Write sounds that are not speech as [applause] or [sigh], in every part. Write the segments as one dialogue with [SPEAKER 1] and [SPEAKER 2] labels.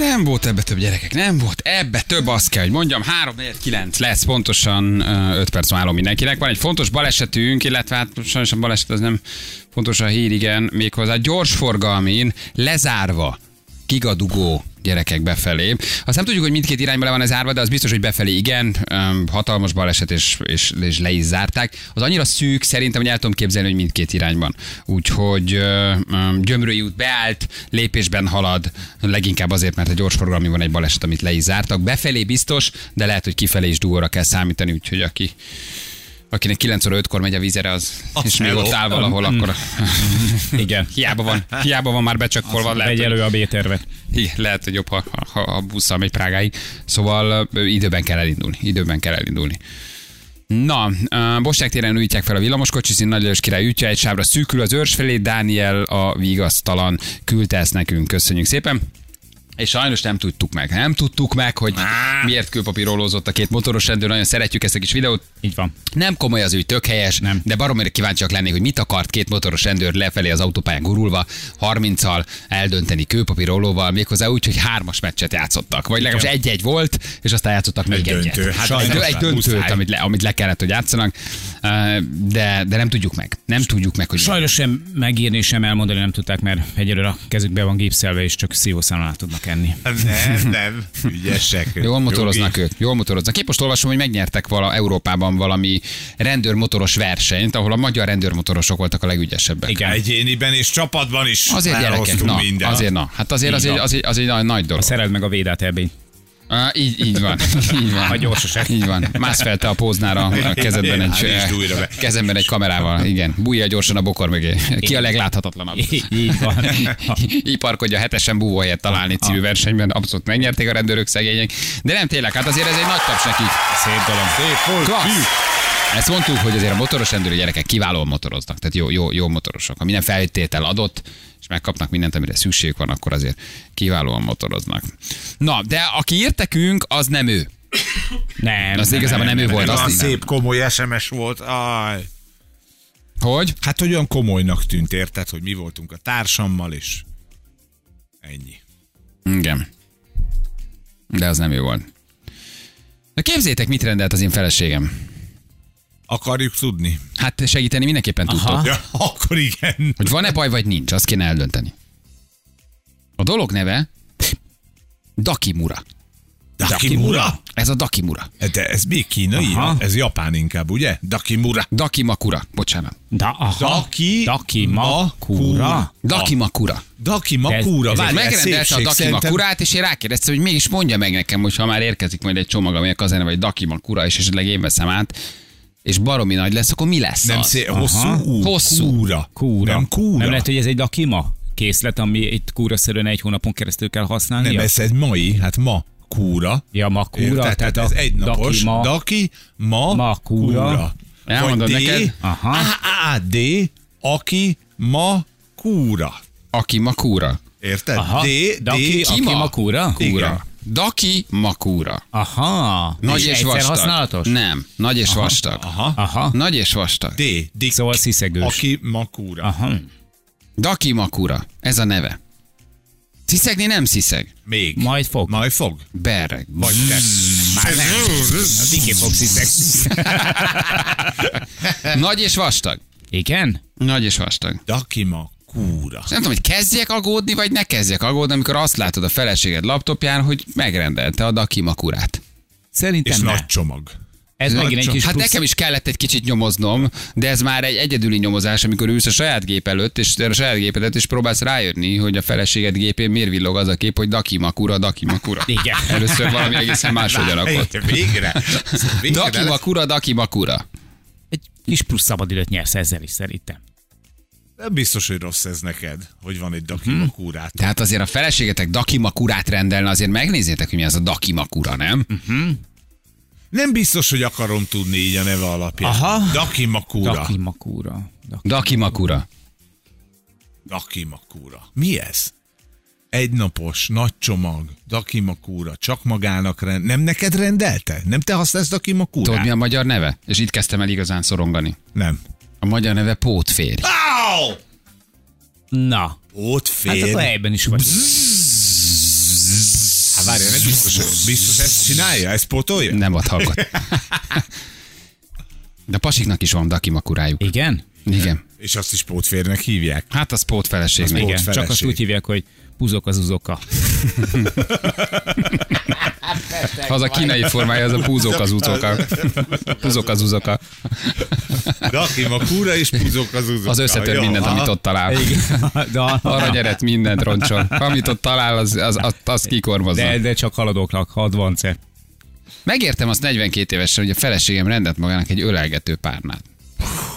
[SPEAKER 1] nem volt ebbe több gyerekek, nem volt ebbe több, azt kell, hogy mondjam, 3 4 9 lesz pontosan ö, 5 perc állom mindenkinek. Van egy fontos balesetünk, illetve hát sajnos a baleset az nem fontos a hír, igen, méghozzá gyorsforgalmin lezárva gigadugó gyerekek befelé. Azt nem tudjuk, hogy mindkét irányba le van ez árva, de az biztos, hogy befelé igen, öm, hatalmas baleset, és, és, és le is zárták. Az annyira szűk szerintem, hogy el tudom képzelni, hogy mindkét irányban. Úgyhogy ö, öm, gyömrői út beállt, lépésben halad, leginkább azért, mert a gyorsforgalmi van egy baleset, amit le is zártak. Befelé biztos, de lehet, hogy kifelé is dugóra kell számítani, úgyhogy aki akinek 9 óra 5-kor megy a vízre, az,
[SPEAKER 2] Az
[SPEAKER 1] és még
[SPEAKER 2] hello.
[SPEAKER 1] ott áll valahol, akkor [laughs]
[SPEAKER 3] Igen.
[SPEAKER 1] hiába van, hiába van már becsakkolva, lehet,
[SPEAKER 3] Vegy
[SPEAKER 1] hogy-
[SPEAKER 3] elő a B-tervet.
[SPEAKER 1] igen, lehet, hogy jobb, ha, ha, ha busszal megy Prágáig. Szóval ö, időben kell elindulni. Időben kell elindulni. Na, ö, Bosság téren újítják fel a villamoskocsiszín, Nagy Lajos király útja, egy sávra szűkül az őrs felé, Dániel a vigasztalan küldte ezt nekünk, köszönjük szépen. És sajnos nem tudtuk meg. Nem tudtuk meg, hogy miért külpapírolózott a két motoros rendőr. Nagyon szeretjük ezt a kis videót.
[SPEAKER 3] Így van.
[SPEAKER 1] Nem komoly az ügy, tök helyes, nem.
[SPEAKER 3] Nem.
[SPEAKER 1] de baromira kíváncsiak lennék, hogy mit akart két motoros rendőr lefelé az autópályán gurulva, 30-al eldönteni kőpapírolóval, méghozzá úgy, hogy hármas meccset játszottak. Vagy legalábbis egy-egy volt, és aztán játszottak még
[SPEAKER 2] Egy
[SPEAKER 1] egyet.
[SPEAKER 2] döntő. Hát
[SPEAKER 1] Sajnos,
[SPEAKER 2] sajnos,
[SPEAKER 1] egy
[SPEAKER 2] hát
[SPEAKER 1] döntőt,
[SPEAKER 2] muszáj.
[SPEAKER 1] amit le, amit le kellett, hogy játszanak, Ö, de, de nem tudjuk meg. Nem tudjuk meg, hogy mi.
[SPEAKER 3] Sajnos sem megírni, sem elmondani nem tudták, mert egyelőre a kezükbe van gipszelve, és csak szívószámlát tudnak enni.
[SPEAKER 2] Nem, nem.
[SPEAKER 3] [laughs]
[SPEAKER 2] Ügyesek.
[SPEAKER 1] Jól motoroznak ők, jól motoroznak. Épp most olvasom, hogy megnyertek vala Európában valami rendőrmotoros versenyt, ahol a magyar rendőrmotorosok voltak a legügyesebbek.
[SPEAKER 2] Igen.
[SPEAKER 3] Igen.
[SPEAKER 2] Egyéniben és csapatban is
[SPEAKER 1] Azért gyerekek,
[SPEAKER 2] elhoztunk
[SPEAKER 1] na,
[SPEAKER 2] mindent.
[SPEAKER 1] azért na. Hát azért az
[SPEAKER 3] Így
[SPEAKER 1] egy,
[SPEAKER 3] van.
[SPEAKER 1] az egy, az egy nagy, nagy dolog.
[SPEAKER 3] Szereld meg a védát ebény.
[SPEAKER 1] Á, így, így van. [laughs] Így van.
[SPEAKER 3] A gyorsaság.
[SPEAKER 1] Így van. Mász fel te a póznára, a kezedben
[SPEAKER 2] Igen,
[SPEAKER 3] [laughs]
[SPEAKER 1] egy,
[SPEAKER 2] állítsd újra be.
[SPEAKER 1] kezemben egy kamerával. Igen. Bújja gyorsan a bokor mögé. Ki a legláthatatlanabb?
[SPEAKER 3] Így van.
[SPEAKER 1] [laughs] Így parkodja hetesen búvó helyet találni című versenyben. Abszolút megnyerték a rendőrök szegények. De nem tényleg, hát azért ez egy nagy taps nekik.
[SPEAKER 3] Szép dolog.
[SPEAKER 2] Szép volt. Hű.
[SPEAKER 1] Klassz! Ezt mondtuk, hogy azért a motoros rendőri gyerekek kiválóan motoroznak, tehát jó, jó, jó motorosok. Ha minden feltétel adott, és megkapnak mindent, amire szükségük van, akkor azért kiválóan motoroznak. Na, de aki írtekünk, az nem ő.
[SPEAKER 3] Nem.
[SPEAKER 1] Az igazából nem ő volt.
[SPEAKER 2] Ez a
[SPEAKER 1] Azt
[SPEAKER 2] szép komoly SMS volt. Aj.
[SPEAKER 1] Hogy?
[SPEAKER 2] Hát, hogy olyan komolynak tűnt, érted, hogy mi voltunk a társammal, és ennyi.
[SPEAKER 1] Igen. De az nem ő volt. Na képzétek, mit rendelt az én feleségem.
[SPEAKER 2] Akarjuk tudni?
[SPEAKER 1] Hát segíteni mindenképpen
[SPEAKER 3] Aha.
[SPEAKER 1] tudtok.
[SPEAKER 2] Ja, akkor igen.
[SPEAKER 1] Hogy van-e baj, vagy nincs, azt kéne eldönteni. A dolog neve Dakimura.
[SPEAKER 2] Dakimura?
[SPEAKER 1] Ez a Dakimura.
[SPEAKER 2] De ez még kínai?
[SPEAKER 3] Aha.
[SPEAKER 2] Ez japán inkább, ugye? Dakimura.
[SPEAKER 1] Dakimakura, bocsánat.
[SPEAKER 3] Da, aha.
[SPEAKER 2] Daki-
[SPEAKER 3] Daki
[SPEAKER 2] ma-
[SPEAKER 3] ma kúra.
[SPEAKER 1] Dakimakura.
[SPEAKER 2] Dakimakura.
[SPEAKER 3] Ez- ez
[SPEAKER 2] Várj,
[SPEAKER 3] egy-
[SPEAKER 1] Megrendelte a
[SPEAKER 2] e- szépség, szerintem-
[SPEAKER 1] Dakimakurát, és én rákérdeztem, hogy mégis mondja meg nekem, hogy ha már érkezik majd egy csomag, aminek az a neve, hogy Dakimakura, és esetleg én veszem át, és baromi nagy lesz, akkor mi lesz
[SPEAKER 2] Nem
[SPEAKER 1] az?
[SPEAKER 2] szép, hosszú ú,
[SPEAKER 1] Hosszú.
[SPEAKER 2] Kúra.
[SPEAKER 3] Kúra.
[SPEAKER 2] Nem kúra.
[SPEAKER 3] Nem lehet, hogy ez egy dakima készlet, ami itt kúraszerűen egy hónapon keresztül kell használni.
[SPEAKER 2] Nem, ez egy mai, hát ma kúra.
[SPEAKER 3] Ja, ma kúra, tehát,
[SPEAKER 2] Érted? Tehát ez
[SPEAKER 3] a
[SPEAKER 2] egy napos.
[SPEAKER 3] daki ma-
[SPEAKER 2] Daki, ma,
[SPEAKER 3] ma kúra.
[SPEAKER 1] Elmondod
[SPEAKER 2] Vagy D,
[SPEAKER 1] neked?
[SPEAKER 3] Aha.
[SPEAKER 2] A, A, D, aki ma kúra.
[SPEAKER 1] Akimakura.
[SPEAKER 2] Érted?
[SPEAKER 3] Aha.
[SPEAKER 2] D,
[SPEAKER 3] Daki,
[SPEAKER 2] D,
[SPEAKER 3] aki
[SPEAKER 1] Kima.
[SPEAKER 3] ma kúra?
[SPEAKER 1] Kura.
[SPEAKER 2] Igen.
[SPEAKER 1] Dakimakura.
[SPEAKER 3] Aha.
[SPEAKER 1] Nagy és,
[SPEAKER 3] egyszer
[SPEAKER 1] vastag.
[SPEAKER 3] használatos?
[SPEAKER 1] Nem, nagy és vastag.
[SPEAKER 2] aha.
[SPEAKER 3] Aha.
[SPEAKER 1] Nagy és vastag.
[SPEAKER 2] D, D,
[SPEAKER 3] Szóval sziszegős.
[SPEAKER 2] aki ma kúra.
[SPEAKER 3] Aha.
[SPEAKER 1] Dakimakura. Ez a neve. Sziszegni nem sziszeg.
[SPEAKER 2] Még.
[SPEAKER 3] Majd fog.
[SPEAKER 2] Majd fog.
[SPEAKER 1] Berreg.
[SPEAKER 2] Vagy te.
[SPEAKER 3] Az Viki fog sziszeg.
[SPEAKER 1] [laughs] Nagy és vastag.
[SPEAKER 3] Igen?
[SPEAKER 1] Nagy és vastag.
[SPEAKER 2] Daki ma kúra.
[SPEAKER 1] És nem tudom, hogy kezdjek aggódni, vagy ne kezdjek aggódni, amikor azt látod a feleséged laptopján, hogy megrendelte a Dakimakurát.
[SPEAKER 3] Szerintem
[SPEAKER 2] És
[SPEAKER 3] ne.
[SPEAKER 2] nagy csomag.
[SPEAKER 3] Ez megint egy kis
[SPEAKER 1] hát
[SPEAKER 3] plusz.
[SPEAKER 1] nekem is kellett egy kicsit nyomoznom, de ez már egy egyedüli nyomozás, amikor ülsz a saját gép előtt, és a saját gépedet, és próbálsz rájönni, hogy a feleséged gépén miért villog az a kép, hogy Dakimakura, Dakimakura.
[SPEAKER 3] Igen.
[SPEAKER 1] Először valami egészen máshogyan
[SPEAKER 2] Hey,
[SPEAKER 1] akkor.
[SPEAKER 2] te Végre. Végre lesz.
[SPEAKER 1] Dakimakura, Dakimakura.
[SPEAKER 3] Egy kis plusz szabadidőt nyersz ezzel is szerintem.
[SPEAKER 2] Nem biztos, hogy rossz ez neked, hogy van egy Daki
[SPEAKER 3] Mhm.
[SPEAKER 2] ma kúrát.
[SPEAKER 1] Tehát azért a feleségetek Dakimakurát rendelne, azért megnézzétek, hogy mi az a Dakimakura,
[SPEAKER 3] Hm.
[SPEAKER 1] nem?
[SPEAKER 2] Nem biztos, hogy akarom tudni így a neve alapján.
[SPEAKER 3] Aha.
[SPEAKER 2] Dakimakura. Daki.
[SPEAKER 3] Dakimakúra. Daki.
[SPEAKER 1] Dakimakura.
[SPEAKER 2] Dakimakura. Mi ez? Egynapos, nagy csomag, Dakimakura, csak magának rend... Nem neked rendelte? Nem te használsz
[SPEAKER 1] Tudod,
[SPEAKER 2] Dakimakurát?
[SPEAKER 1] mi a magyar neve? És itt kezdtem el igazán szorongani.
[SPEAKER 2] Nem.
[SPEAKER 1] A magyar neve pótférj.
[SPEAKER 2] Áó!
[SPEAKER 3] Na,
[SPEAKER 2] Ott
[SPEAKER 3] hát
[SPEAKER 2] fél.
[SPEAKER 3] akkor ebben is vagy.
[SPEAKER 2] várjál, nem biztos, biztos ezt csinálja? Ezt pótolja?
[SPEAKER 1] Nem ad hangot. De a pasiknak is van dakimakurájuk.
[SPEAKER 3] Igen?
[SPEAKER 1] Igen.
[SPEAKER 2] És azt is pótférnek hívják.
[SPEAKER 1] Hát az pótfeleségnek.
[SPEAKER 2] Volt
[SPEAKER 3] Igen,
[SPEAKER 2] feleség.
[SPEAKER 3] csak azt úgy hívják, hogy puzok az
[SPEAKER 1] [laughs]
[SPEAKER 3] uzoka.
[SPEAKER 1] Az a kínai formája, az a púzók az uzoka. Púzók az uzoka.
[SPEAKER 2] Dakim a kúra és puzok az uzokkal.
[SPEAKER 1] Az összetör mindent, amit ott talál.
[SPEAKER 3] [laughs] De,
[SPEAKER 1] Arra gyeret mindent roncson. Amit ott talál, az, az, az, az
[SPEAKER 3] de,
[SPEAKER 1] kikormozza.
[SPEAKER 3] de csak haladóknak, hadvance.
[SPEAKER 1] Megértem azt 42 évesen, hogy a feleségem rendelt magának egy ölelgető párnát.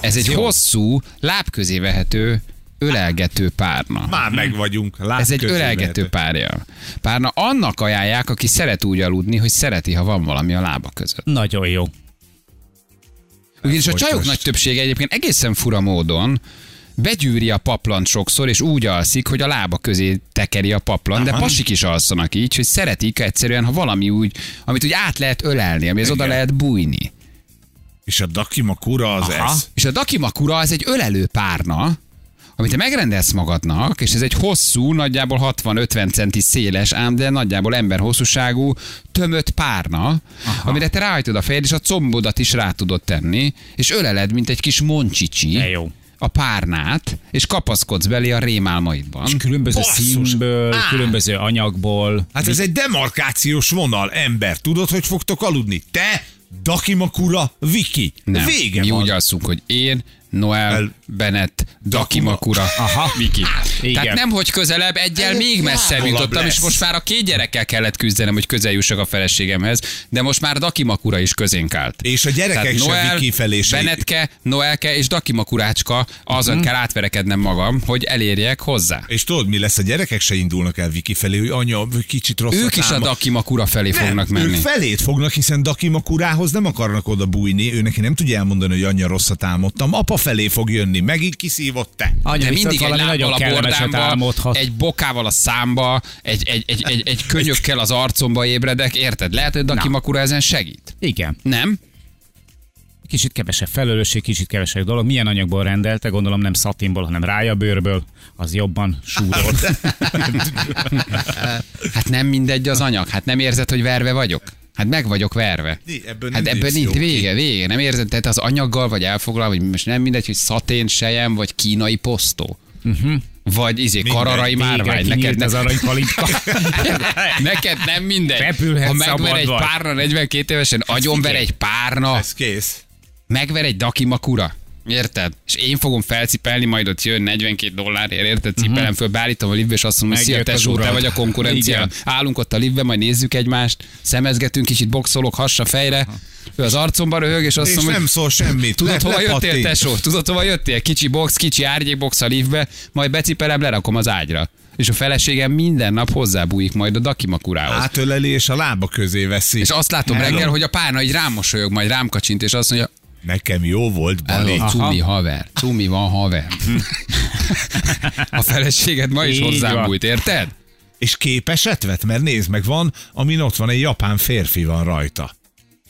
[SPEAKER 1] Ez egy hosszú, lábközé vehető ölelgető párna.
[SPEAKER 2] Már meg vagyunk. Lát
[SPEAKER 1] Hát Ez egy ölelgető párja. Párna annak ajánlják, aki szeret úgy aludni, hogy szereti, ha van valami a lába között.
[SPEAKER 3] Nagyon jó.
[SPEAKER 1] Ugyanis a
[SPEAKER 2] Hogy
[SPEAKER 1] csajok
[SPEAKER 2] most?
[SPEAKER 1] nagy többsége egyébként egészen fura módon begyűri a paplant sokszor, és úgy alszik, hogy a lába közé tekeri a paplant, de pasik is alszanak így, hogy szeretik egyszerűen, ha valami úgy, amit úgy át lehet ölelni, amihez oda
[SPEAKER 2] Igen.
[SPEAKER 1] lehet bújni.
[SPEAKER 2] És a dakim a kúra az Aha. ez.
[SPEAKER 1] És a dakimakura az egy ölelő párna, amit te megrendelsz magadnak, és ez egy hosszú, nagyjából 60-50 centi széles, ám de nagyjából ember hosszúságú, tömött párna, Aha. amire te ráhajtod a fejed, és a combodat is rá tudod tenni, és öleled, mint egy kis moncsicsi
[SPEAKER 3] De jó.
[SPEAKER 1] a párnát, és kapaszkodsz belé a rémálmaidban.
[SPEAKER 3] És különböző
[SPEAKER 2] Basszus.
[SPEAKER 3] színből,
[SPEAKER 2] Á.
[SPEAKER 3] különböző anyagból.
[SPEAKER 2] Hát ez egy demarkációs vonal, ember. Tudod, hogy fogtok aludni? Te, Dakimakura, Viki.
[SPEAKER 1] Nem.
[SPEAKER 2] Vége
[SPEAKER 1] Mi
[SPEAKER 2] van.
[SPEAKER 1] úgy alszunk, hogy én, Noel,
[SPEAKER 2] El-
[SPEAKER 1] El... Bennett, Dakimakura, Aha. Viki.
[SPEAKER 3] Igen.
[SPEAKER 1] Tehát nem, hogy közelebb, egyel még messzebb
[SPEAKER 2] távolabb
[SPEAKER 1] jutottam, és
[SPEAKER 2] lesz.
[SPEAKER 1] most már a két gyerekkel kellett küzdenem, hogy közel jussak a feleségemhez, de most már Dakimakura is közénk állt.
[SPEAKER 2] És a gyerekek
[SPEAKER 1] Tehát
[SPEAKER 2] se
[SPEAKER 1] Noel,
[SPEAKER 2] Viki felé se.
[SPEAKER 1] Benetke, Noelke és Dakimakurácska, azon kell átverekednem magam, hogy elérjek hozzá.
[SPEAKER 2] És tudod, mi lesz? A gyerekek se indulnak el Viki felé, hogy anya, kicsit rossz
[SPEAKER 1] Ők is a
[SPEAKER 2] táma.
[SPEAKER 1] Dakimakura felé
[SPEAKER 2] Nem,
[SPEAKER 1] fognak menni.
[SPEAKER 2] Ők felét fognak, hiszen Dakima kurához nem akarnak oda bújni, ő neki nem tudja elmondani, hogy anyja rosszat álmodtam, apa felé fog jönni, megint kiszívott te.
[SPEAKER 3] Anya
[SPEAKER 1] De
[SPEAKER 3] viszont
[SPEAKER 1] mindig egy
[SPEAKER 3] valami
[SPEAKER 1] lábbal a
[SPEAKER 3] kellemeset
[SPEAKER 1] bordámba,
[SPEAKER 3] álmodhat.
[SPEAKER 1] egy bokával a számba, egy, egy, egy, egy, egy könyökkel az arcomba ébredek, érted? Lehet, hogy Daki Makura ezen segít.
[SPEAKER 3] Igen.
[SPEAKER 1] Nem?
[SPEAKER 3] Kicsit kevesebb felelősség, kicsit kevesebb dolog. Milyen anyagból rendelte? Gondolom nem szatinból, hanem rájabőrből. Az jobban súrol.
[SPEAKER 1] [laughs] Hát nem mindegy az anyag. Hát nem érzed, hogy verve vagyok? Hát meg vagyok verve.
[SPEAKER 2] Ni- ebből
[SPEAKER 1] hát
[SPEAKER 2] nem
[SPEAKER 1] ebből
[SPEAKER 2] lépsz
[SPEAKER 1] nincs
[SPEAKER 2] jól
[SPEAKER 1] vége, vége. Nem érzed, tehát az anyaggal vagy elfoglal, vagy most nem mindegy, hogy szatén, sejem, vagy kínai posztó. Uh-huh. Vagy izé, kararai márvány. Neked,
[SPEAKER 3] Neked Mhm. az
[SPEAKER 1] ne,
[SPEAKER 3] arany [laughs] kalitka.
[SPEAKER 1] [laughs] neked nem mindegy.
[SPEAKER 3] Repülhetsz,
[SPEAKER 1] ha megver
[SPEAKER 3] szabad
[SPEAKER 1] egy
[SPEAKER 3] vagy.
[SPEAKER 1] párna 42 évesen, agyonver egy párna.
[SPEAKER 2] Ez kész.
[SPEAKER 1] megver egy dakimakura. Érted? És én fogom felcipelni, majd ott jön 42 dollárért, érted? Cipelem uh-huh. föl, beállítom a liftbe, és azt mondom, hogy szia
[SPEAKER 3] Megjött az
[SPEAKER 1] tesó, te
[SPEAKER 3] urad.
[SPEAKER 1] vagy a konkurencia.
[SPEAKER 3] Igen.
[SPEAKER 1] Állunk ott a liftbe, majd nézzük egymást, szemezgetünk, kicsit boxolok, hassa fejre. Ő az arcomba röhög, és azt
[SPEAKER 2] És
[SPEAKER 1] mondom,
[SPEAKER 2] nem
[SPEAKER 1] hogy
[SPEAKER 2] szól semmit.
[SPEAKER 1] tudod,
[SPEAKER 2] Le-
[SPEAKER 1] hova jöttél,
[SPEAKER 2] lepattint.
[SPEAKER 1] tesó? Tudod, hova jöttél? Kicsi box, kicsi árnyékbox a liftbe, majd becipelem, lerakom az ágyra. És a feleségem minden nap hozzábújik majd a dakimakurához.
[SPEAKER 2] Átöleli és a lába közé veszi.
[SPEAKER 1] És azt látom
[SPEAKER 2] Hát, Hello.
[SPEAKER 1] reggel, hogy a párna így rám mosolyog, majd rám kacsint, és azt mondja,
[SPEAKER 2] Nekem jó volt, Bali.
[SPEAKER 1] Hello, cumi haver. Cumi van haver. A feleséged ma is
[SPEAKER 3] Így
[SPEAKER 1] hozzám
[SPEAKER 3] van.
[SPEAKER 1] bújt, érted?
[SPEAKER 2] És képeset vett? Mert nézd meg, van, amin ott van egy japán férfi van rajta.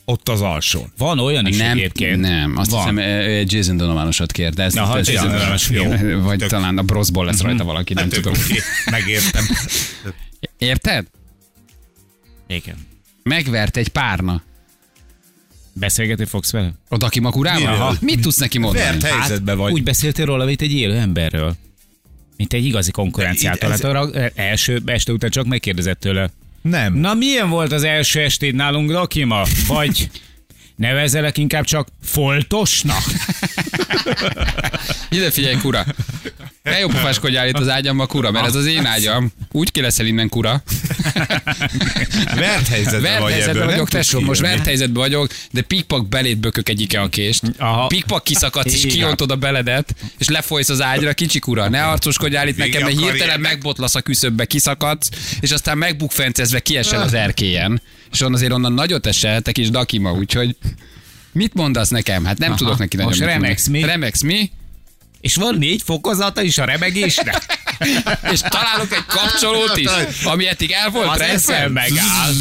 [SPEAKER 2] Ott az alsón.
[SPEAKER 3] Van olyan is
[SPEAKER 1] Nem,
[SPEAKER 3] egyébként.
[SPEAKER 1] nem. Azt
[SPEAKER 3] Van.
[SPEAKER 1] hiszem, ő egy Jason Donovanosat kér, de ez
[SPEAKER 3] Aha,
[SPEAKER 1] ez-
[SPEAKER 3] Jason
[SPEAKER 1] ez-
[SPEAKER 3] Donovan,
[SPEAKER 2] jó.
[SPEAKER 1] Vagy
[SPEAKER 2] Tök. Hát
[SPEAKER 1] talán a broszból lesz rajta valaki, nem tudom.
[SPEAKER 2] Oké, Megértem.
[SPEAKER 1] Érted?
[SPEAKER 3] Igen.
[SPEAKER 1] Megvert egy párna.
[SPEAKER 3] Beszélgetni fogsz vele? Hát,
[SPEAKER 1] A dakimakurával?
[SPEAKER 2] Miről?
[SPEAKER 1] Mit tudsz neki mondani?
[SPEAKER 2] Vert helyzetben vagy.
[SPEAKER 3] Úgy beszéltél róla, mint egy élő emberről. Mint egy igazi konkurenciától.
[SPEAKER 2] De itt
[SPEAKER 3] Hát arra első este után csak megkérdezett tőle.
[SPEAKER 2] Nem.
[SPEAKER 3] Na milyen volt az első estéd nálunk, Dakima? Vagy nevezelek inkább csak
[SPEAKER 2] [laughs]
[SPEAKER 3] foltosnak?
[SPEAKER 1] Ide figyelj, kura. Ne jó pofáskodjál itt az ágyamba, kura, mert ez az én ágyam. Úgy ki leszel innen, kura.
[SPEAKER 2] Vert helyzetben
[SPEAKER 1] Vert helyzetben
[SPEAKER 2] vagy ebből, nem
[SPEAKER 1] vagyok,
[SPEAKER 2] tudsz
[SPEAKER 1] tesó, most
[SPEAKER 2] kijönni.
[SPEAKER 1] vert helyzetben vagyok, de pikpak belét bökök egy a kést.
[SPEAKER 3] Aha.
[SPEAKER 1] Pikpak kiszakadsz, és
[SPEAKER 3] Igen.
[SPEAKER 1] kiöntod a beledet, és lefolysz az ágyra, kicsik ura, ne arcoskodjál itt
[SPEAKER 2] Vége
[SPEAKER 1] nekem, mert
[SPEAKER 2] a
[SPEAKER 1] hirtelen
[SPEAKER 2] karriernek.
[SPEAKER 1] megbotlasz a küszöbbe, kiszakadsz, és aztán megbukfencezve kiesel az erkélyen. És on azért onnan nagyot esel, te kis dakima, úgyhogy mit mondasz nekem? Hát nem Aha, tudok neki nagyon
[SPEAKER 3] most
[SPEAKER 1] mit
[SPEAKER 3] remegsz,
[SPEAKER 1] mondani.
[SPEAKER 3] mi?
[SPEAKER 1] Remegsz mi?
[SPEAKER 3] És van négy fokozata is a remegésnek?
[SPEAKER 1] És találok egy kapcsolót is, ami eddig el volt
[SPEAKER 3] Az
[SPEAKER 1] rendben.
[SPEAKER 3] eszem megáll.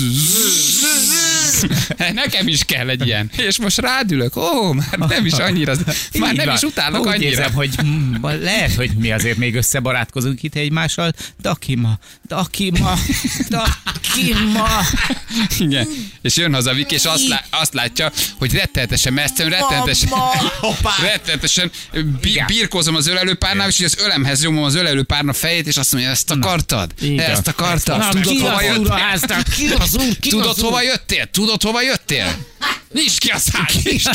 [SPEAKER 1] Nekem is kell egy ilyen. És most rádülök, ó, már nem is annyira, már
[SPEAKER 3] Így
[SPEAKER 1] nem
[SPEAKER 3] van.
[SPEAKER 1] is utálok
[SPEAKER 3] Úgy
[SPEAKER 1] annyira.
[SPEAKER 3] érzem, hogy mm, lehet, hogy mi azért még összebarátkozunk itt egymással. Dakima, Dakima, Dakima.
[SPEAKER 1] [laughs] Igen. És jön haza Viki, és azt, lá- azt látja, hogy rettenetesen mesztem, rettenetesen, [laughs]
[SPEAKER 3] Hoppá!
[SPEAKER 1] rettenetesen bi-
[SPEAKER 3] Igen.
[SPEAKER 1] birkózom az ölelőpárnál, és így az ölemhez nyomom az ölelőpárna fejét, és azt mondja, ezt akartad?
[SPEAKER 3] Igen.
[SPEAKER 1] Ezt akartad?
[SPEAKER 3] Na,
[SPEAKER 1] Tudod,
[SPEAKER 3] ki
[SPEAKER 1] hova
[SPEAKER 3] az úr a
[SPEAKER 1] jöttél?
[SPEAKER 3] háznak? Ki az úr? Ki
[SPEAKER 1] Tudod,
[SPEAKER 3] az úr?
[SPEAKER 1] hova jöttél? Tudod, hova jöttél?
[SPEAKER 3] [laughs]
[SPEAKER 1] Nyisd ki a szád! Nyisd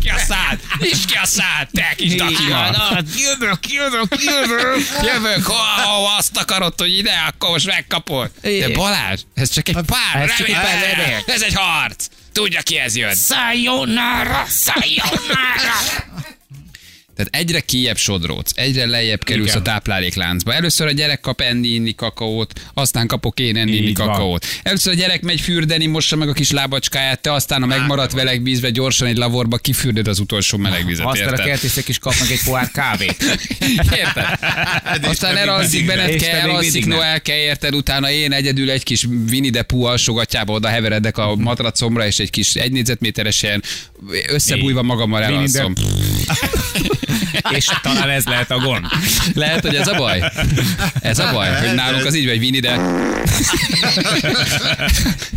[SPEAKER 1] ki a szád! Nyisd ki a szád! Te kis
[SPEAKER 3] Igen,
[SPEAKER 1] dakima!
[SPEAKER 3] na, Hát Jövök, jövök, jövök.
[SPEAKER 1] Jövök, ha oh, azt akarod, hogy ide, akkor most megkapod. De
[SPEAKER 3] Igen.
[SPEAKER 1] Balázs, ez csak egy pár,
[SPEAKER 3] ez csak egy pár
[SPEAKER 1] remény.
[SPEAKER 3] remény.
[SPEAKER 1] Ez egy harc. Tudja, ki ez jön.
[SPEAKER 3] Sayonara, sayonara.
[SPEAKER 1] Tehát egyre kijebb sodróc, egyre lejjebb kerülsz
[SPEAKER 3] Igen.
[SPEAKER 1] a táplálékláncba. Először a gyerek kap enni, inni kakaót, aztán kapok én enni, inni
[SPEAKER 3] Így van.
[SPEAKER 1] kakaót. Először a gyerek megy fürdeni, mossa meg a kis lábacskáját, te aztán a megmaradt veleg vízbe gyorsan egy lavorba kifürdöd az utolsó meleg vizet.
[SPEAKER 3] Aztán a
[SPEAKER 1] érted?
[SPEAKER 3] kertészek is kapnak egy pohár [laughs] kávét.
[SPEAKER 1] [laughs] Érted?
[SPEAKER 3] Hát
[SPEAKER 1] Aztán elalszik Bennett,
[SPEAKER 3] És te
[SPEAKER 1] kell,
[SPEAKER 3] még
[SPEAKER 1] elalszik
[SPEAKER 3] mindig nem.
[SPEAKER 1] Noel, kell, érted? Utána én egyedül egy kis Winnie the Pooh alsogatjába oda heveredek
[SPEAKER 3] Mhm.
[SPEAKER 1] a matracomra, és egy kis egy négyzetméteres ilyen összebújva magammal
[SPEAKER 3] Winnie the-
[SPEAKER 1] elalszom.
[SPEAKER 3] És talán ez lehet a gond.
[SPEAKER 1] Lehet, hogy ez a baj? Ez a baj, hogy nálunk az így vagy Winnie de...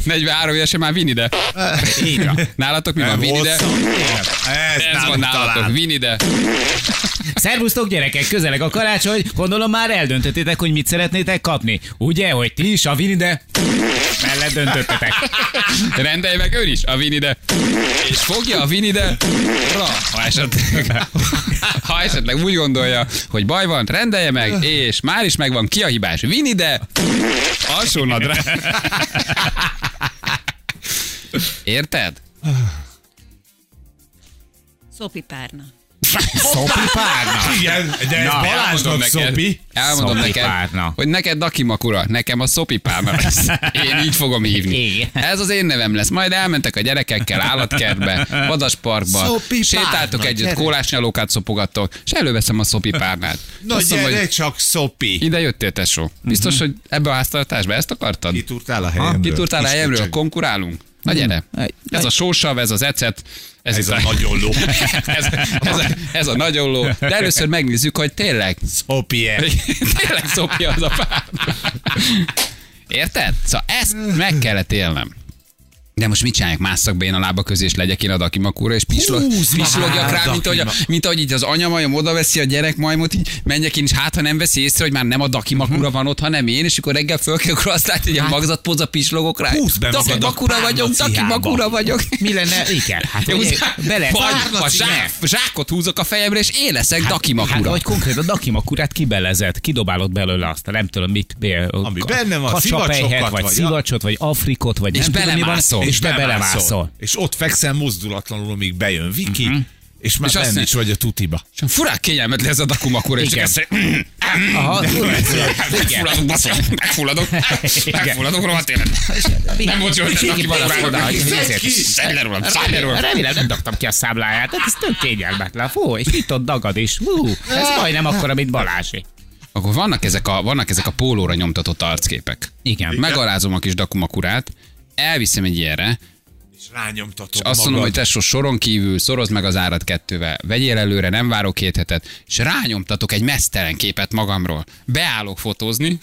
[SPEAKER 1] 43 évesen már Winnie de...
[SPEAKER 3] Így van.
[SPEAKER 1] Nálatok mi van? Winnie de... Ez van nálatok, Winnie de...
[SPEAKER 3] Szervusztok gyerekek, közeleg a karácsony, gondolom már eldöntöttétek, hogy mit szeretnétek kapni. Ugye, hogy ti is a Vinide mellett döntöttetek.
[SPEAKER 1] Rendelj meg ő is a Vinide. És fogja a Vinide ra, ha esetleg, ha esetleg úgy gondolja, hogy baj van, rendelje meg, és már is megvan ki a hibás. Vinide alsó nadrág. Érted?
[SPEAKER 4] Szopi párna.
[SPEAKER 3] Szopi párna.
[SPEAKER 2] Igen, de ez
[SPEAKER 3] Na,
[SPEAKER 2] Balázsnak szopi.
[SPEAKER 1] elmondom
[SPEAKER 3] Szopi
[SPEAKER 1] neked,
[SPEAKER 3] párna.
[SPEAKER 1] hogy neked Daki Makura, nekem a Szopi párna lesz. Én így fogom hívni.
[SPEAKER 3] Igen.
[SPEAKER 1] Ez az én nevem lesz. Majd elmentek a gyerekekkel állatkertbe, vadasparkba,
[SPEAKER 2] Szopi
[SPEAKER 1] sétáltok
[SPEAKER 2] párna,
[SPEAKER 1] együtt,
[SPEAKER 2] gyere.
[SPEAKER 1] kólásnyalókát szopogattok, és előveszem a Szopi párnát.
[SPEAKER 2] Na
[SPEAKER 1] Azt mondom,
[SPEAKER 2] gyere
[SPEAKER 1] hogy
[SPEAKER 2] csak szopi.
[SPEAKER 1] ide jöttél, tesó. Biztos, hogy ebbe a háztartásba ezt akartad?
[SPEAKER 2] Kitúrtál a helyemről.
[SPEAKER 1] Kitúrtál a
[SPEAKER 2] Kis
[SPEAKER 1] helyemről,
[SPEAKER 2] köcsög.
[SPEAKER 1] konkurálunk? Na gyere. Ez a sósav, ez az ecet, ez,
[SPEAKER 2] Ez
[SPEAKER 1] itt
[SPEAKER 2] a nagyon ló.
[SPEAKER 1] [laughs] ez, ez, a, ez a nagyon ló. De először megnézzük, hogy tényleg
[SPEAKER 2] Szopi
[SPEAKER 1] Tényleg szopja az a pár. Érted? Szóval ezt meg kellett élnem. De most mit csinálják? Másszak be én a lába közé, és legyek én a dakimakúra, és pislog,
[SPEAKER 2] Húzd már
[SPEAKER 1] pislogjak
[SPEAKER 2] a
[SPEAKER 1] rá, mint ahogy, a,
[SPEAKER 2] dakima-
[SPEAKER 1] mint ahogy így az anyamajom oda veszi a gyerek majmot, így menjek én, és hát ha nem veszi észre, hogy már nem a dakimakúra van ott, hanem én, és akkor reggel föl kell, akkor azt látja, hogy a magzatpóza pislogok rá.
[SPEAKER 2] Húzd be magad a
[SPEAKER 1] Dakimakúra vagyok,
[SPEAKER 2] pálmacihába.
[SPEAKER 1] dakimakúra vagyok.
[SPEAKER 3] Mi lenne? Igen, hát
[SPEAKER 1] Jó,
[SPEAKER 3] ugye,
[SPEAKER 1] zsá-
[SPEAKER 3] bele.
[SPEAKER 1] Vagy, a zsák, zsákot húzok a fejemre, és én leszek
[SPEAKER 3] Hát,
[SPEAKER 1] dakimakúra.
[SPEAKER 3] vagy konkrétan a dakimakurát kibelezett, kidobálod belőle azt, nem tudom mit,
[SPEAKER 2] Ami benne van,
[SPEAKER 3] kacsapejhet,
[SPEAKER 2] szivacsokat
[SPEAKER 3] vagy
[SPEAKER 2] vagy,
[SPEAKER 3] szivacsot, vagy afrikot, vagy
[SPEAKER 1] És
[SPEAKER 3] nem tudom, mi van,
[SPEAKER 1] belemászol.
[SPEAKER 3] és te belemászol.
[SPEAKER 2] És ott fekszem mozdulatlanul, amíg bejön Viki, és már
[SPEAKER 1] Mhm. És azt
[SPEAKER 2] benne
[SPEAKER 1] mondja-
[SPEAKER 2] is vagy a tutiba.
[SPEAKER 1] Csak furán kényelmetlen ez a dakumakura, és csak
[SPEAKER 3] Igen. Hát,
[SPEAKER 1] ezt hogy-
[SPEAKER 3] Aha, tudod,
[SPEAKER 1] megfulladok, baszom, megfulladok, megfulladok, rohadt élet. Nem volt jó, hogy neki
[SPEAKER 3] Fordál,
[SPEAKER 1] valami
[SPEAKER 3] ezért is.
[SPEAKER 1] Szedd le rólam, szedd le rólam.
[SPEAKER 3] Remélem nem dobtam ki a számláját, hát ez tök kényelmetlen. Fú, és itt ott dagad is. Hú, ez majdnem akkora, mint Balázsi.
[SPEAKER 1] Akkor vannak ezek a, vannak ezek a pólóra nyomtatott arcképek.
[SPEAKER 3] Igen.
[SPEAKER 1] Megalázom a kis dakumakurát, elviszem egy ilyenre,
[SPEAKER 2] És rányomtatod
[SPEAKER 1] és azt mondom, hogy tesó, soron kívül, szorozd meg az árat kettővel, vegyél előre, nem várok két hetet, és rányomtatok egy mesztelen képet magamról. Beállok
[SPEAKER 3] [laughs]
[SPEAKER 1] fotózni,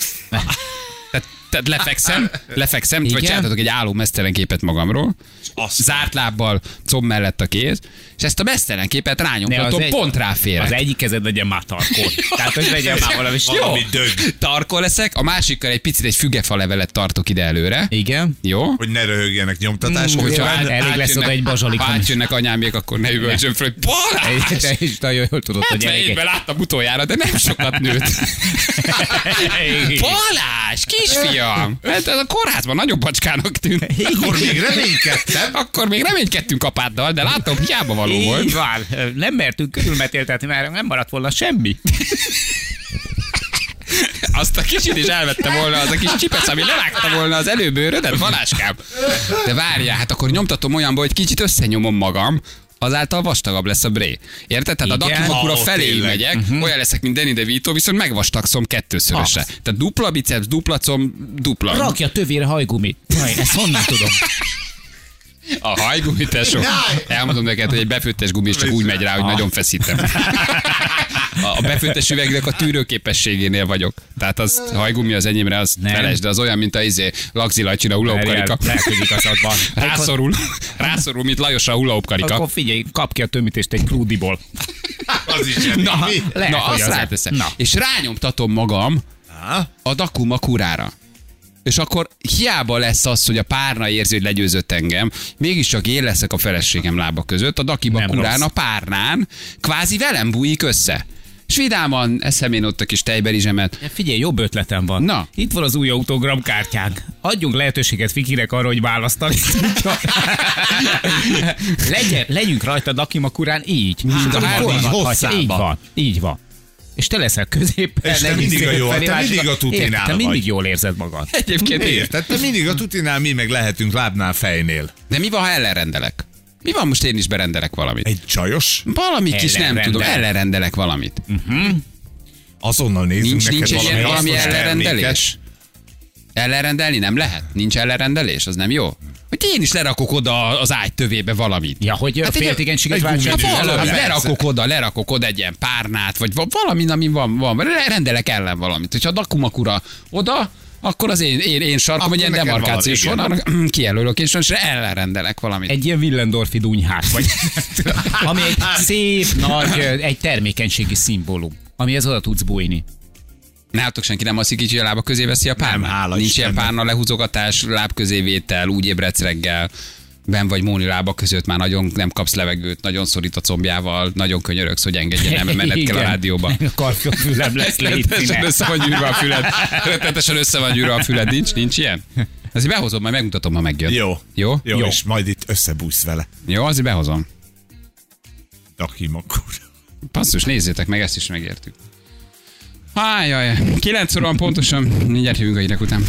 [SPEAKER 1] tehát, tehát lefekszem, lefekszem, vagy
[SPEAKER 3] Igen?
[SPEAKER 1] csináltatok egy álló mesztelen képet magamról,
[SPEAKER 2] azt
[SPEAKER 1] zárt lábbal, comb mellett a kéz, és ezt a mesztelen képet rányomtatom,
[SPEAKER 3] egy-
[SPEAKER 1] pont ráférek.
[SPEAKER 3] Az egyik kezed legyen már tarkó. Tehát, hogy legyen már valami
[SPEAKER 1] Jó.
[SPEAKER 2] valami dög,
[SPEAKER 1] Tarkol leszek, a másikkal egy picit egy fügefa levelet tartok ide előre.
[SPEAKER 3] Igen.
[SPEAKER 1] Jó?
[SPEAKER 2] hogy ne röhögjenek nyomtatások.
[SPEAKER 1] Hogyha
[SPEAKER 3] Jó,
[SPEAKER 1] át-
[SPEAKER 3] elég lesz
[SPEAKER 1] átjönnek-
[SPEAKER 3] oda egy bazsalik.
[SPEAKER 1] Ha átjönnek anyámék, akkor ne üvöltsön föl, hogy Balázs!
[SPEAKER 3] Te is nagyon jól tudod, hogy
[SPEAKER 1] 70
[SPEAKER 3] elég.
[SPEAKER 1] évben láttam utoljára, de nem sokat
[SPEAKER 3] [laughs]
[SPEAKER 1] nőtt. Balázs, kisfiam! Hát ez a kórházban nagyobb bacskának tűnt.
[SPEAKER 2] Akkor még reménykedtem.
[SPEAKER 1] Akkor még reménykedtünk apáddal, de látom, hiába való
[SPEAKER 3] Így
[SPEAKER 1] volt.
[SPEAKER 3] van. Nem mertünk körülmetéltetni, mert nem maradt volna semmi.
[SPEAKER 1] Azt a kicsit is elvette volna, az a kis csipesz, ami levágta volna az előbőrödet, Baláskám. De várjál, hát akkor nyomtatom olyanba, hogy kicsit összenyomom magam, azáltal vastagabb lesz a bré. Érted? Tehát
[SPEAKER 3] Igen.
[SPEAKER 1] a dakimakura
[SPEAKER 2] Ó,
[SPEAKER 1] felé
[SPEAKER 2] tényleg.
[SPEAKER 1] megyek, uh-huh. olyan leszek, mint Danny DeVito, viszont megvastagszom kettőszöröse.
[SPEAKER 3] Az.
[SPEAKER 1] Tehát dupla biceps, dupla comb, dupla.
[SPEAKER 3] Rakja tövére hajgumit. Jaj, ezt honnan tudom?
[SPEAKER 1] A hajgumi, tesó. Elmondom neked, hogy egy befőttes gumi is csak úgy megy rá,
[SPEAKER 3] Ah.
[SPEAKER 1] hogy nagyon feszítem. A a befőttes üvegnek a tűrőképességénél vagyok. Tehát az hajgumi az enyémre, az
[SPEAKER 3] Nem.
[SPEAKER 1] feles, de az olyan, mint a izé, Lagzi Lacsina hulókarika.
[SPEAKER 3] Elküldik az adban.
[SPEAKER 1] Rászorul, rászorul, mint Lajosra a hulókarika.
[SPEAKER 3] Akkor figyelj, kap ki a tömítést egy prúdiból.
[SPEAKER 2] Az is zseni.
[SPEAKER 1] Na,
[SPEAKER 2] Mi?
[SPEAKER 3] Lehet,
[SPEAKER 1] na
[SPEAKER 3] hogy
[SPEAKER 1] azt
[SPEAKER 3] az-
[SPEAKER 1] ráteszem.
[SPEAKER 3] Na.
[SPEAKER 1] És rányomtatom magam
[SPEAKER 2] Há?
[SPEAKER 1] a Dakuma kurára. És akkor hiába lesz az, hogy a párna érzi, hogy legyőzött engem, mégiscsak én leszek a feleségem lába között, a Dakiba
[SPEAKER 3] Nem
[SPEAKER 1] kurán,
[SPEAKER 3] rossz.
[SPEAKER 1] a párnán, kvázi velem bújik össze. És vidáman eszem én ott a kis tejberizsemet.
[SPEAKER 3] De Figyelj, jobb ötletem van.
[SPEAKER 1] Na.
[SPEAKER 3] Itt van az új autogram kártyánk. Adjunk lehetőséget Fikinek arra, hogy választani.
[SPEAKER 2] [laughs]
[SPEAKER 3] tudjon. Legyen, legyünk rajta Dakimakurán így. Hát,
[SPEAKER 2] a hárman hosszába.
[SPEAKER 3] Így van, így van. És te leszel középen.
[SPEAKER 2] És te
[SPEAKER 3] egyik
[SPEAKER 2] mindig a
[SPEAKER 3] szél
[SPEAKER 2] jól-
[SPEAKER 3] felé,
[SPEAKER 2] te
[SPEAKER 3] másik
[SPEAKER 2] mindig a tutinál
[SPEAKER 3] Érted, Te
[SPEAKER 2] vagy.
[SPEAKER 3] mindig jól érzed magad.
[SPEAKER 1] Egyébként
[SPEAKER 2] Miért?
[SPEAKER 1] érted?
[SPEAKER 2] Tehát te mindig a tutinál mi meg lehetünk lábnál fejnél.
[SPEAKER 1] De mi van, ha ellenrendelek? Mi van, most én is berendelek valamit?
[SPEAKER 2] Egy csajos?
[SPEAKER 1] Valami kis nem
[SPEAKER 3] Ellenrendel.
[SPEAKER 1] tudom, ellenrendelek valamit.
[SPEAKER 2] Azonnal nézünk
[SPEAKER 1] Nincs,
[SPEAKER 2] neked
[SPEAKER 1] nincs egy ilyen
[SPEAKER 2] valami,
[SPEAKER 1] valami
[SPEAKER 2] hasznos terméket.
[SPEAKER 1] ellenrendelés? Ellenrendelni nem lehet? Nincs ellenrendelés? Az nem jó? Hogy én is lerakok oda az ágy tövébe valamit.
[SPEAKER 3] Ja, hogy
[SPEAKER 1] Hát
[SPEAKER 3] hát
[SPEAKER 1] egy-
[SPEAKER 3] féltékenységet
[SPEAKER 2] egy
[SPEAKER 3] váltsa.
[SPEAKER 1] Hát
[SPEAKER 2] gumidő.
[SPEAKER 3] ki.
[SPEAKER 1] valami,
[SPEAKER 2] Persze.
[SPEAKER 1] lerakok oda, lerakok oda egy ilyen párnát, vagy va- valamin, ami van, van. Le- Rendelek ellen valamit. Hogyha a Dakumakura oda, akkor az én, én, én sarkom,
[SPEAKER 2] Akkor
[SPEAKER 1] egy ilyen
[SPEAKER 2] neked
[SPEAKER 1] demarkációs
[SPEAKER 2] valami,
[SPEAKER 1] vonal, [clears throat] kijelölök, és most ellenrendelek valamit.
[SPEAKER 3] Egy ilyen Willendorfi dunyhás
[SPEAKER 2] [laughs]
[SPEAKER 3] vagy. ami egy
[SPEAKER 2] Hát.
[SPEAKER 3] szép, nagy, ö, egy termékenységi szimbólum. Amihez oda tudsz bújni.
[SPEAKER 1] Nálatok senki nem alszik így, hogy a lába közé veszi a párnát?
[SPEAKER 2] hála
[SPEAKER 1] Nincs
[SPEAKER 2] Istennek.
[SPEAKER 1] ilyen párna lehúzogatás, láb közévétel, úgy ébredsz reggel, ben vagy Móni lába között, már nagyon nem kapsz levegőt, nagyon szorít a combjával, nagyon könyörögsz, hogy engedjen
[SPEAKER 3] [laughs]
[SPEAKER 1] el,
[SPEAKER 2] [laughs]
[SPEAKER 1] mert menned kell a
[SPEAKER 3] Igen.
[SPEAKER 1] rádióba.
[SPEAKER 3] A
[SPEAKER 1] [laughs]
[SPEAKER 3] karfülem lesz
[SPEAKER 1] Rettenetesen
[SPEAKER 3] létszíne.
[SPEAKER 1] össze van gyűrve a füled. Rettenetesen össze van gyűrve a füled. Nincs, nincs ilyen? Azért behozom, majd megmutatom, ha megjön.
[SPEAKER 2] Jó.
[SPEAKER 1] Jó?
[SPEAKER 2] Jó,
[SPEAKER 3] Jó.
[SPEAKER 2] és majd itt összebújsz vele.
[SPEAKER 1] Jó, azért behozom.
[SPEAKER 2] Dakimakura.
[SPEAKER 1] Passzus, nézzétek meg, ezt is megértük. Hájjaj, 9 óra van pontosan, mindjárt jövünk a hírek után.